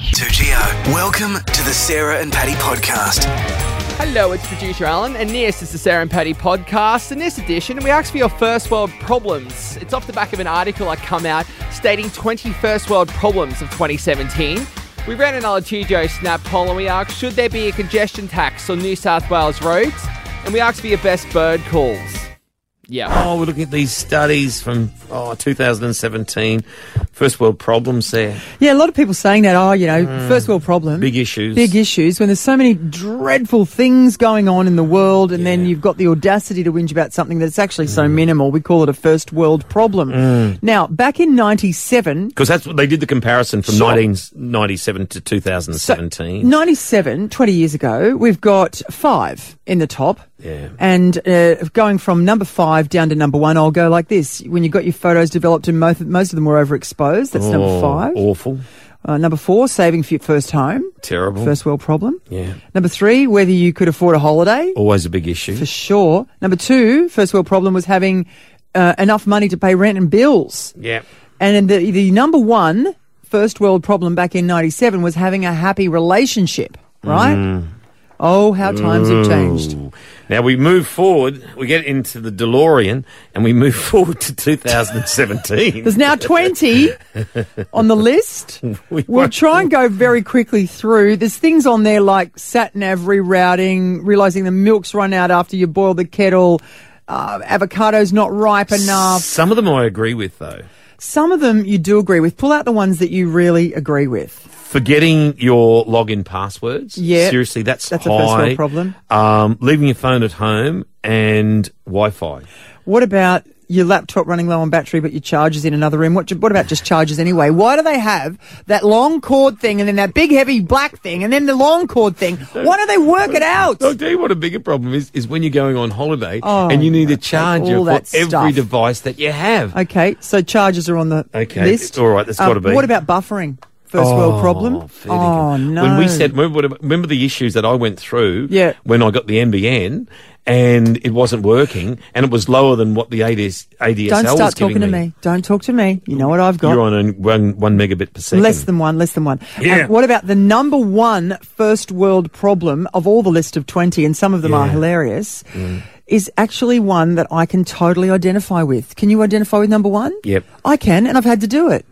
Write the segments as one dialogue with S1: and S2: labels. S1: 2GO. Welcome to the Sarah and Patty podcast.
S2: Hello, it's producer Alan, and this is the Sarah and Patty podcast. In this edition, we ask for your first world problems. It's off the back of an article I come out stating 20 first world problems of 2017. We ran another TGO snap poll and we asked, should there be a congestion tax on New South Wales roads? And we asked for your best bird calls. Yeah.
S3: Oh, we're looking at these studies from oh 2017, first world problems there,
S4: Yeah, a lot of people saying that, oh, you know, first world problem.
S3: Hmm. big issues.
S4: Big issues when there's so many dreadful things going on in the world, and then you've got the audacity to whinge about something that's actually so
S3: Hmm.
S4: minimal. We call it a first world problem. Now, back in 97,
S3: because that's what they did the comparison from 1997 to 2017.
S4: 97, 20 years ago, we've got five in the top.
S3: Yeah.
S4: And uh, going from number five down to number one, I'll go like this. When you got your photos developed and most, most of them were overexposed, that's number
S3: Oh,
S4: five.
S3: Awful,
S4: Uh, number four, saving for your first home.
S3: terrible.
S4: First world problem.
S3: yeah, Oh.
S4: Number three, whether you could afford a holiday.
S3: always a big issue.
S4: For sure. Number two, first world problem was having uh, enough money to pay rent and bills.
S3: Yeah,
S4: And then the, the number one first world problem back in 97 was having a happy relationship, right?
S3: Mm.
S4: Oh, how times have changed.
S3: Ooh. Now we move forward. We get into the DeLorean and we move forward to 2017.
S4: There's now 20 on the list.
S3: We
S4: We'll
S3: won't-
S4: try and go very quickly through. There's things on there like sat nav rerouting, realizing the milk's run out after you boil the kettle, uh, avocado's not ripe enough.
S3: Some of them I agree with though.
S4: Some of them you do agree with. Pull out the ones that you really agree with.
S3: Forgetting your login passwords.
S4: Yeah.
S3: Seriously, that's,
S4: That's a
S3: high.
S4: first world problem.
S3: Um, leaving your phone at home and Wi-Fi.
S4: What about your laptop running low on battery, but your charger's in another room? What, what about just chargers anyway? Why do they have that long cord thing and then that big heavy black thing and then the long cord thing? Why do they work it out?
S3: I'll tell you what a bigger problem is, is when you're going on holiday
S4: Oh,
S3: and you need a
S4: okay.
S3: charger
S4: All
S3: for
S4: that
S3: every
S4: stuff.
S3: device that you have.
S4: Okay, so charges are on the
S3: Okay,
S4: list.
S3: all right, that's
S4: Um,
S3: gotta be.
S4: What about buffering? First world problem.
S3: fair
S4: Oh
S3: dinkum.
S4: no.
S3: When we said, remember, what- remember the issues that I went through
S4: Yeah.
S3: when I got the NBN and it wasn't working and it was lower than what the ADS, ADSL
S4: don't
S3: was
S4: start
S3: giving
S4: talking to me. Don't talk to me. You know what I've got.
S3: You're on a one, one megabit per second.
S4: Less than one, less than one.
S3: Yeah.
S4: And what about the number one first world problem of all the list of 20, and some of them are
S3: Yeah. Mm.
S4: hilarious, is actually one that I can totally identify with. Can you identify with number one?
S3: Yep.
S4: I can, and I've had to do it.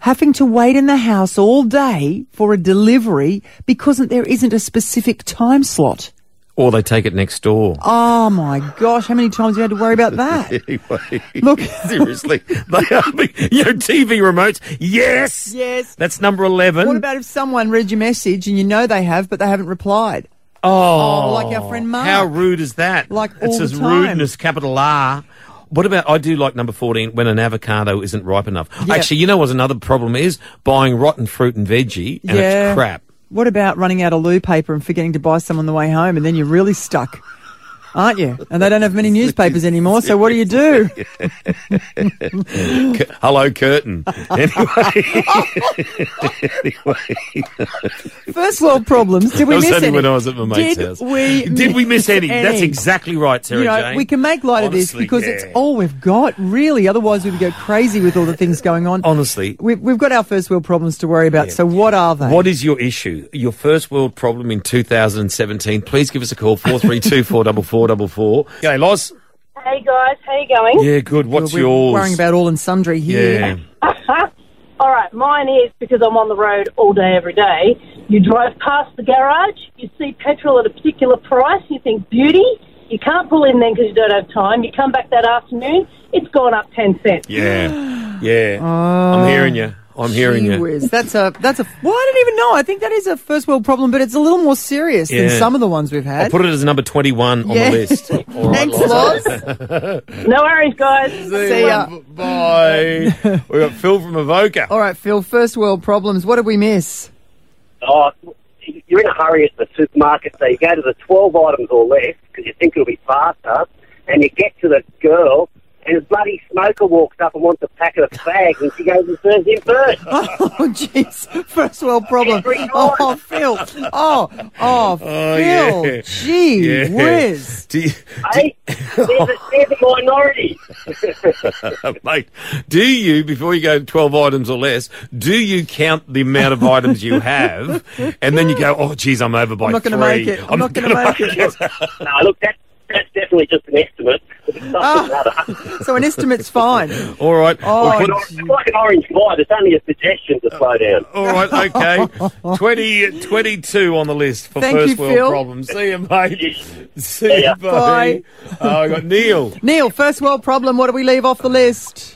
S4: Having to wait in the house all day for a delivery because there isn't a specific time slot.
S3: Or they take it next door.
S4: Oh my gosh, how many times have you had to worry about that?
S3: Anyway,
S4: Look-
S3: seriously, they are big- you know TV remotes. Yes,
S4: Yes.
S3: That's number eleven.
S4: What about if someone read your message and you know they have, but they haven't replied?
S3: Oh,
S4: Oh, like our friend Mark.
S3: How rude is that?
S4: Like
S3: it's
S4: all
S3: as
S4: the time.
S3: rude as capital R. What about I do like number fourteen when an avocado isn't ripe enough?
S4: Yeah.
S3: Actually, you know what another problem is buying rotten fruit and veggie, and it's crap.
S4: What about running out of loo paper and forgetting to buy some on the way home, and then you're really stuck, aren't you? And they don't have many newspapers anymore, so what do you do?
S3: C- Hello, curtain. Anyway,
S4: First world problems. Did we
S3: I was
S4: miss
S3: only
S4: any?
S3: when I was at my mate's
S4: Did
S3: house.
S4: we?
S3: Did we miss any? That's
S4: any?
S3: exactly right, Sarah
S4: You know,
S3: Jane.
S4: we can make light of this
S3: Honestly,
S4: because it's
S3: yeah.
S4: all we've got, really. Otherwise, we'd go crazy with all the things going on.
S3: Honestly.
S4: we've, we've got our first world problems to worry about. So, what are they?
S3: What is your issue? Your first world problem in 2017? Please give us a call, 432 444 G'day, Loz.
S5: Hey guys, how you going?
S3: Yeah, good. What's
S4: We're
S3: yours?
S4: worrying about all and sundry here.
S3: yeah.
S5: All right, mine is because I'm on the road all day, every day. You drive past the garage, you see petrol at a particular price, you think beauty. You can't pull in then because you don't have time. You come back that afternoon, it's gone up ten cents.
S3: Yeah. Yeah.
S4: Oh,
S3: I'm hearing you. I'm hearing
S4: Gee
S3: you.
S4: whiz. That's a that's a. Well, I don't even know. I think that is a first world problem, but it's a little more serious
S3: Yeah.
S4: than some of the ones we've
S3: I'll
S4: had.
S3: put it as number 21 on
S4: Yeah.
S3: the list. All right,
S4: Thanks, Loz.
S5: No worries, guys.
S4: See ya.
S3: Bye. we got Phil from Evoca.
S4: All right, Phil. First world problems. What did we miss?
S6: oh, you're in a hurry at the supermarket, so you go to the 12 items or less because you think it'll be faster, and you get to the girl and a bloody smoker walks up and wants a packet of fags, and she goes and serves him first.
S4: Oh, jeez. First world problem.
S6: Every night.
S4: Oh, Phil. Oh, oh, Phil.
S3: yeah.
S4: Gee
S3: Yeah.
S4: whiz.
S3: Do you,
S6: Hey, they're the, they're the minority.
S3: uh, mate, do you, before you go 12 items or less, do you count the amount of items you have and then you go, oh, geez, I'm over by
S4: I'm not
S3: three.
S4: going to make it. I'm, not going to
S3: gonna
S4: make it.
S6: no, look, that's, that's definitely just an estimate. It's not another.
S4: So an estimate's fine.
S3: All right.
S4: Oh,
S6: It's
S3: Well, can-
S6: not- it's like an orange light. It's only a suggestion to slow down.
S3: all right, okay. 20, 22 on the list for
S4: Thank
S3: first
S4: you,
S3: world
S4: Phil.
S3: problems. See you, mate. See
S6: ya.
S3: you, buddy. Oh, I got Neil.
S4: Neil, first world problem. What do we leave off the list?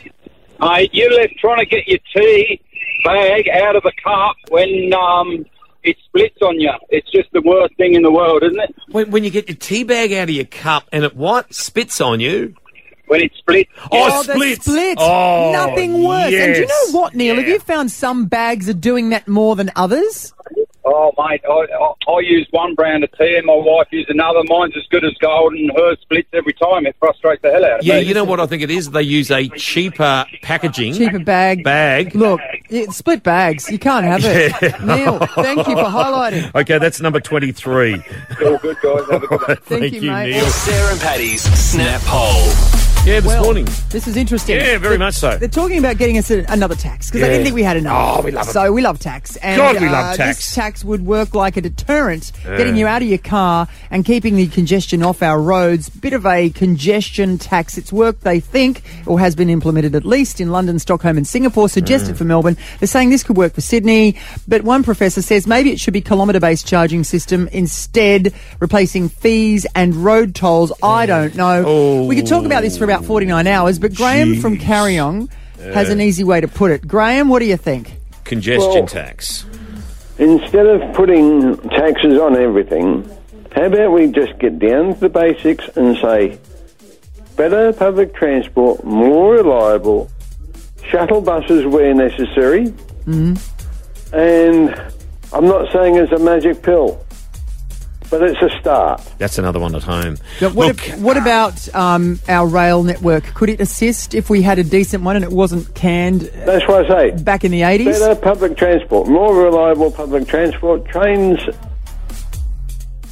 S7: Mate, you left trying to get your tea bag out of the cup when um, it splits on you. It's just the worst thing in the world, isn't it?
S3: When, when you get your tea bag out of your cup and it what spits on you?
S7: When it splits.
S3: Oh,
S4: the
S3: splits.
S4: split.
S3: Oh,
S4: Nothing worse. And do you
S3: yes.
S4: know what, Neil? Have you found some bags are doing that more than others?
S7: Oh, mate, I, I, I use one brand of tea and my wife uses another. Mine's as good as gold and hers splits every time. It frustrates the hell out of
S3: Yeah,
S7: me.
S3: you know what I think it is? They use a cheaper packaging
S4: Cheaper bag.
S3: bag.
S4: Look, it, split bags. You can't have it. Neil, thank you for highlighting.
S3: Okay, that's number 23.
S7: All good, guys. Have a good day.
S4: Thank you, mate.
S3: Neil.
S1: Sarah and Patty's Snap Poll.
S3: Yeah, this
S4: Well,
S3: morning.
S4: This is interesting.
S3: Yeah, very much so.
S4: They're talking about getting us a, another tax because I
S3: Yeah.
S4: didn't think we had enough.
S3: Oh, we love it.
S4: So we love tax. And, uh,
S3: God, we love tax.
S4: This tax would work like a deterrent, getting you out of your car and keeping the congestion off our roads. Bit of a congestion tax. It's worked, they think, or has been implemented at least in London, Stockholm, and Singapore. Suggested for Melbourne. They're saying this could work for Sydney, but one professor says maybe it should be kilometre-based charging system instead, replacing fees and road tolls. I don't know. We could talk about this for about 49 hours, but Graham from
S3: Jeez.
S4: Carryong has an easy way to put it. Graham, what do you think?
S3: Congestion
S8: Well-
S3: tax.
S8: Instead of putting taxes on everything, how about we just get down to the basics and say better public transport, more reliable, shuttle buses where necessary, and I'm not saying it's a magic pill, but it's a start.
S3: That's another one at home.
S4: But what,
S3: Look,
S4: ab- what about um, our rail network? Could it assist if we had a decent one and it wasn't canned uh,
S8: That's why I say
S4: back in the 80s?
S8: better public transport, more reliable public transport, trains,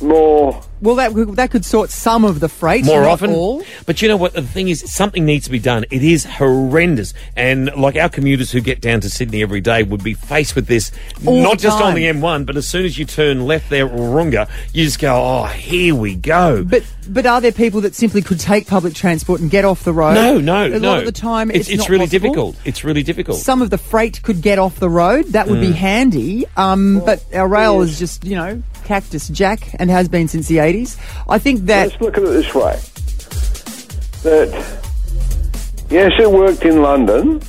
S8: more.
S4: Well, that, could- that could sort some of the freight.
S3: more
S4: not
S3: often.
S4: all.
S3: But you know what? The thing is, something needs to be done. It is horrendous. And like our commuters who get down to Sydney every day would be faced with this,
S4: All
S3: not
S4: the
S3: just
S4: time.
S3: on the M1, but as soon as you turn left there, Warunga, you just go, oh, here we go.
S4: But but are there people that simply could take public transport and get off the road?
S3: no, no,
S4: A
S3: no.
S4: lot of the time, it's, not
S3: really
S4: possible.
S3: difficult. It's really difficult.
S4: Some of the freight could get off the road. That would
S3: Mm.
S4: be handy. Um, but our rail is just you know cactus jack and has been since the 80s. I think that
S8: Let's look at it this way. That, yes, it worked in London,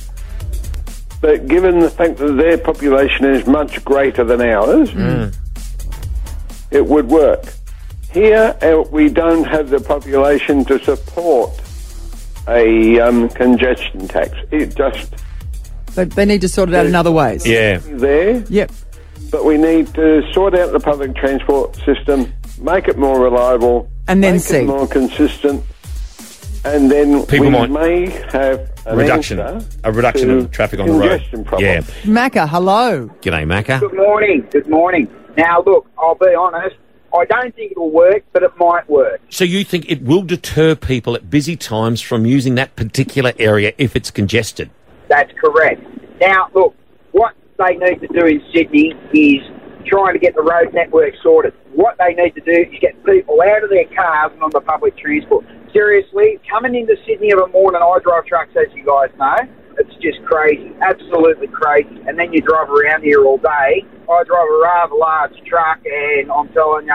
S8: but given the fact that their population is much greater than ours, it would work. Here, uh, we don't have the population to support a um, congestion tax. It just
S4: they, they need to sort it out in other ways.
S3: yeah.
S8: there,
S4: Yep.
S8: but we need to sort out the public transport system, make it more reliable,
S4: And then
S8: make
S4: see.
S8: it more consistent, and then
S3: People
S8: we
S3: might-
S8: may have an
S3: Reduction.
S8: answer
S3: A reduction
S8: to
S3: of traffic on the road.
S8: congestion problem.
S3: Yeah.
S4: Macca, hello.
S3: G'day, Macca.
S9: Good morning. Good morning. Now, look, I'll be honest. I don't think it'll work, but it might work.
S3: So you think it will deter people at busy times from using that particular area if it's congested?
S9: That's correct. Now, look, what they need to do in Sydney is trying to get the road network sorted. What they need to do is get people out of their cars and onto public transport. Seriously, coming into Sydney of a morning, I drive trucks, as you guys know. It's just crazy, absolutely crazy. And then you drive around here all day. I drive a rather large truck, and I'm telling you,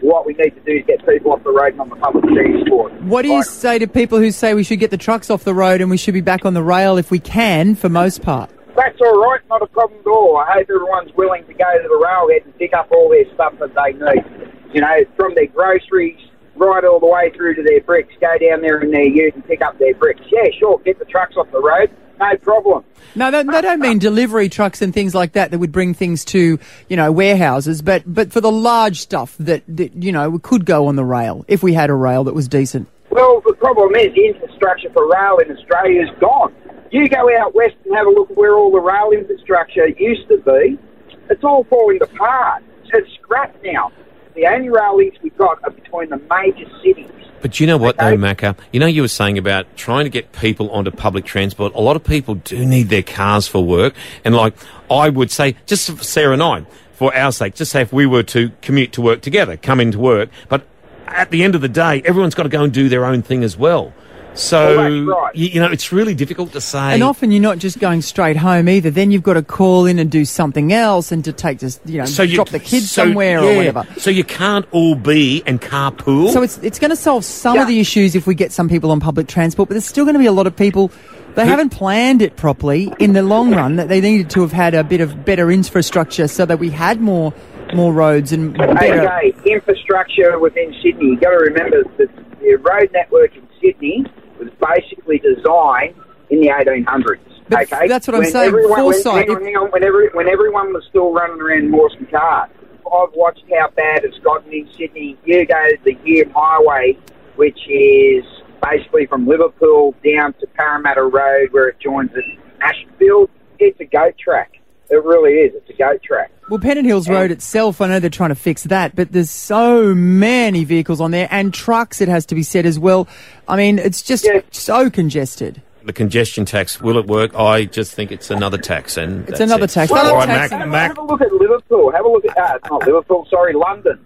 S9: what we need to do is get people off the road and on the public transport.
S4: What do you
S9: Like-
S4: say to people who say we should get the trucks off the road and we should be back on the rail if we can, for most part?
S9: That's all right, not a problem at all. I hope everyone's willing to go to the railhead and pick up all their stuff that they need. You know, from their groceries right all the way through to their bricks. Go down there in their ute and pick up their bricks. Yeah, sure, get the trucks off the road, no problem.
S4: No, they, they don't mean delivery trucks and things like that that would bring things to, you know, warehouses, but, but for the large stuff that, that, you know, could go on the rail if we had a rail that was decent.
S9: Well, the problem is the infrastructure for rail in Australia is gone. You go out west and have a look at where all the rail infrastructure used to be. It's all falling apart. It's scrapped now. The only rail links we've got are between the major cities.
S3: But you know what,
S9: Okay.
S3: though, Macca? You know, you were saying about trying to get people onto public transport. A lot of people do need their cars for work. And, like, I would say, just for Sarah and I, for our sake, just say if we were to commute to work together, come into work. But at the end of the day, everyone's got to go and do their own thing as well. So,
S9: Well, Oh, that's right.
S3: y- you, know, it's really difficult to say.
S4: And often you're not just going straight home either. Then you've got to call in and do something else and to take this, you know, drop the kids
S3: so-
S4: somewhere
S3: yeah.
S4: or whatever.
S3: So you can't all be and carpool.
S4: So it's it's going to solve some of
S9: Yeah.
S4: the issues if we get some people on public transport, but there's still going to be a lot of people. They haven't planned it properly in the long run. That they needed to have had a bit of better infrastructure so that we had more more roads and better.
S9: Okay, infrastructure within Sydney. You've got to remember that the road network in Sydney was basically designed in the 1800s.
S4: But
S9: okay,
S4: that's what I'm saying, foresight.
S9: When, hang on, hang on, when, every, when everyone was still running around horse and cart, I've watched how bad it's gotten in Sydney. You go to the Hume Highway, which is basically from Liverpool down to Parramatta Road, where it joins at Ashfield. It's a goat track. It really is. It's a goat track.
S4: Well, Pennant Hills Road itself, I know they're trying to fix that, but there's so many vehicles on there and trucks. It has to be said as well. I mean, it's just
S9: Yeah.
S4: so congested.
S3: the congestion tax, will it work? I just think it's another tax. and
S4: It's another tax. Another
S3: All right,
S4: tax.
S3: Mac,
S9: Have,
S3: Mac,
S9: have a look at Liverpool. Have a look at uh, not Liverpool. Sorry, London.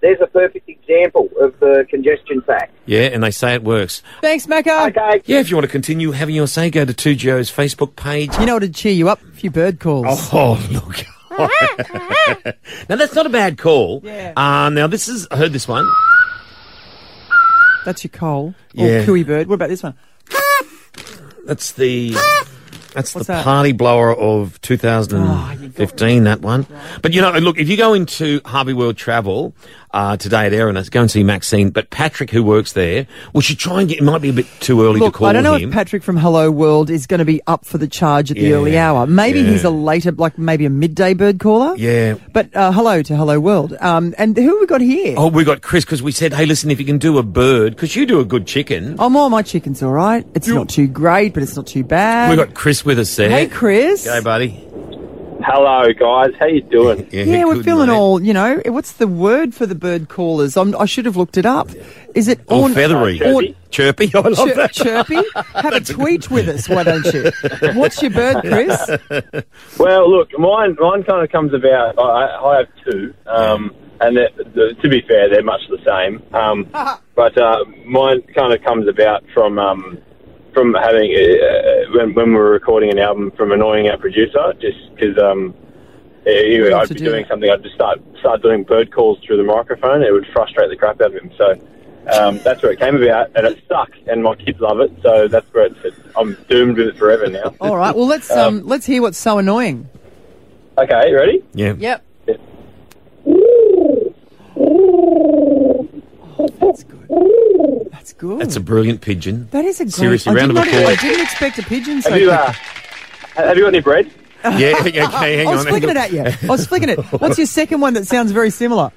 S9: There's a perfect example of the congestion tax.
S3: Yeah, and they say it works.
S4: Thanks, Macca.
S9: Okay.
S3: Yeah, if you want to continue having your say, go to 2Joe's Facebook page.
S4: You know what would cheer you up? A few bird calls.
S3: Oh, look. now, that's not a bad call.
S4: Yeah.
S3: Uh, now, this is, I heard this one.
S4: That's your coal.
S3: Yeah.
S4: Or cooey bird. What about this one?
S3: That's the. That's
S4: What's
S3: the
S4: that? Oh,
S3: party blower of 2015, that one. But you know, look, if you go into Harvey World Travel uh, today at Erinis, go and see Maxine. But Patrick, who works there, we should try and get, it might be a bit too early to
S4: Look,
S3: call
S4: I don't know
S3: him.
S4: if Patrick from Hello World is going to be up for the charge at the
S3: Yeah.
S4: early hour. Maybe
S3: Yeah.
S4: he's a later, like maybe a midday bird caller.
S3: Yeah.
S4: But uh, hello to Hello World. Um, and who have we got here?
S3: Oh, we got Chris because we said, hey, listen, if you can do a bird, because you do a good chicken.
S4: Oh, more my chicken's all right. It's not too great, but it's not too bad.
S3: We got Chris with us there.
S4: Um, Hey, Chris.
S3: G'day, buddy.
S7: Hello, guys. How you doing?
S4: yeah, we're
S3: good,
S4: feeling
S3: mate.
S4: all, you know, what's the word for the bird callers? I'm, I should have looked it up. Is it
S3: all
S4: orn-
S3: feathery,
S4: orn-
S3: chirpy. I love
S4: chir-
S3: that.
S4: chirpy? Have a tweet with us, why don't you? What's your bird, Chris?
S7: Well, look, mine mine kind of comes about. I, I have two, um, and they're- they're- to be fair, they're much the same. Um, but uh, mine kind of comes about from um, from having uh, when when we were recording an album from annoying our producer, just because um, anyway,
S4: Love
S7: I'd
S4: to
S7: be
S4: do
S7: doing
S4: that.
S7: something, I'd just start start doing bird calls through the microphone. It would frustrate the crap out of him. So. Um, that's where it came about, and it stuck, and my kids love it. So that's where it's. it's I'm doomed with it forever now.
S4: All right, well, let's, um, let's hear what's so annoying.
S7: Okay, ready?
S3: Yeah.
S4: Yep. That's good. That's good.
S3: That's a brilliant pigeon.
S4: that is a great.
S3: Seriously,
S4: I
S3: round of
S4: didn't know-
S3: applause.
S4: I didn't expect a pigeon. So
S7: Have you,
S4: quick.
S7: uh, have you got any bread?
S3: yeah, okay, hang
S4: I
S3: on.
S4: was
S3: hang
S4: flicking
S3: on.
S4: it at you. I was flicking it. What's your second one that sounds very similar?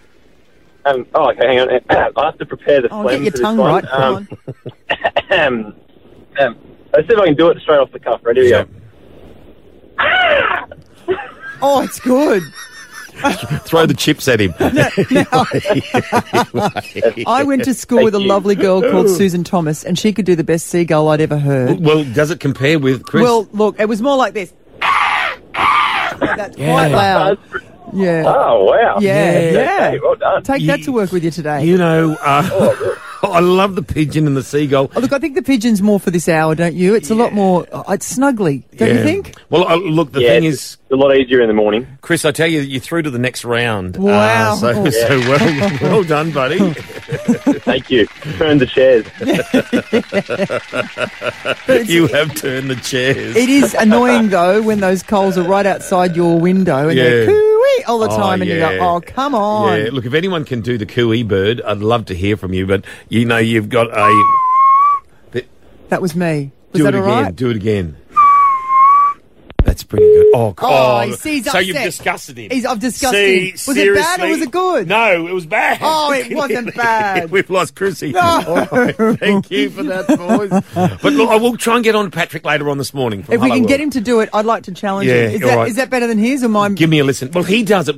S7: Um, oh, okay, hang on. I have to prepare the
S4: Oh, get
S7: phlegm
S4: your
S7: for this
S4: tongue right.
S7: one.
S4: Come on.
S7: um, um, let's see if I can do it straight off the cuff. Ready? Here we go.
S4: Oh, it's good.
S3: Throw the chips at him.
S4: I went to school with a
S7: you.
S4: lovely girl called Susan Thomas, and she could do the best seagull I'd ever heard.
S3: well, does it compare with Chris?
S4: Well, look, it was more like this. That's quite loud. Yeah.
S7: Oh, wow.
S4: Oh. Yeah.
S7: Okay,
S4: Yeah.
S7: well done.
S4: Take that to work with you today.
S3: you know, uh, I love the pigeon and the seagull.
S4: Oh, Look, I think the pigeon's more for this hour, don't you? It's a lot more. Uh, it's snuggly, don't you
S3: Yeah.
S4: think?
S3: Well, uh, look, the
S7: yeah,
S3: thing
S7: it's
S3: is,
S7: a lot easier in the morning.
S3: Chris, I tell you, you're through to the next round. Uh,
S4: Wow.
S3: so,
S4: Oh.
S3: so well, well done, buddy.
S7: Thank you. Turn the chairs.
S3: you have turned the chairs.
S4: It is annoying though when those coals are right outside your window and they're
S3: Yeah.
S4: cooey all the
S3: Oh,
S4: time, and you
S3: yeah.
S4: go, "Oh, come on!"
S3: Yeah, look, if anyone can do the cooey bird, I'd love to hear from you, but you know, you've got a.
S4: That was me. Was
S3: do
S4: that
S3: it
S4: all
S3: again.
S4: right?
S3: Do it again. That's pretty good. Oh,
S4: Oh,
S3: God.
S4: he sees
S3: so you've
S4: upset.
S3: disgusted him.
S4: He's- I've discussed
S3: See,
S4: him. Was it bad or
S3: seriously?
S4: was it good?
S3: No, it was bad.
S4: Oh, it wasn't bad.
S3: We've lost Chrissy.
S4: No.
S3: All right, thank you for that, boys. But look, I will try and get on to Patrick later on this morning. from
S4: If we
S3: Hello
S4: can get
S3: World.
S4: him to do it, I'd like to challenge
S3: Yeah,
S4: him. Is
S3: all
S4: that,
S3: right.
S4: is that better than his or mine?
S3: Give me a listen. Well, he does it.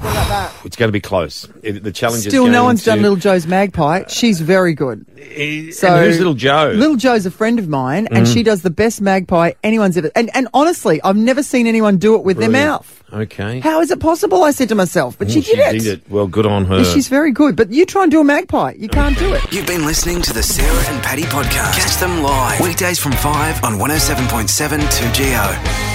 S3: It's going to be close. It- The challenge is
S4: Still,
S3: going
S4: no one's
S3: to-
S4: done Little Joe's Magpie. She's very good.
S3: Eh,
S4: So
S3: and who's little Joe? Mm.
S4: Little Joe's a friend of mine, and she does the best magpie anyone's ever. And, and honestly, I've never seen anyone do it with their
S3: Brilliant.
S4: mouth.
S3: Okay.
S4: How is it possible? I said to myself, but she,
S3: she
S4: did, it.
S3: did it. Uh, Well, good on her.
S4: And She's very good. But you try and do a magpie, you can't do it.
S1: You've been listening to the Sarah oh and Patty podcast. Catch them live weekdays from 5 on 107.7 2GO.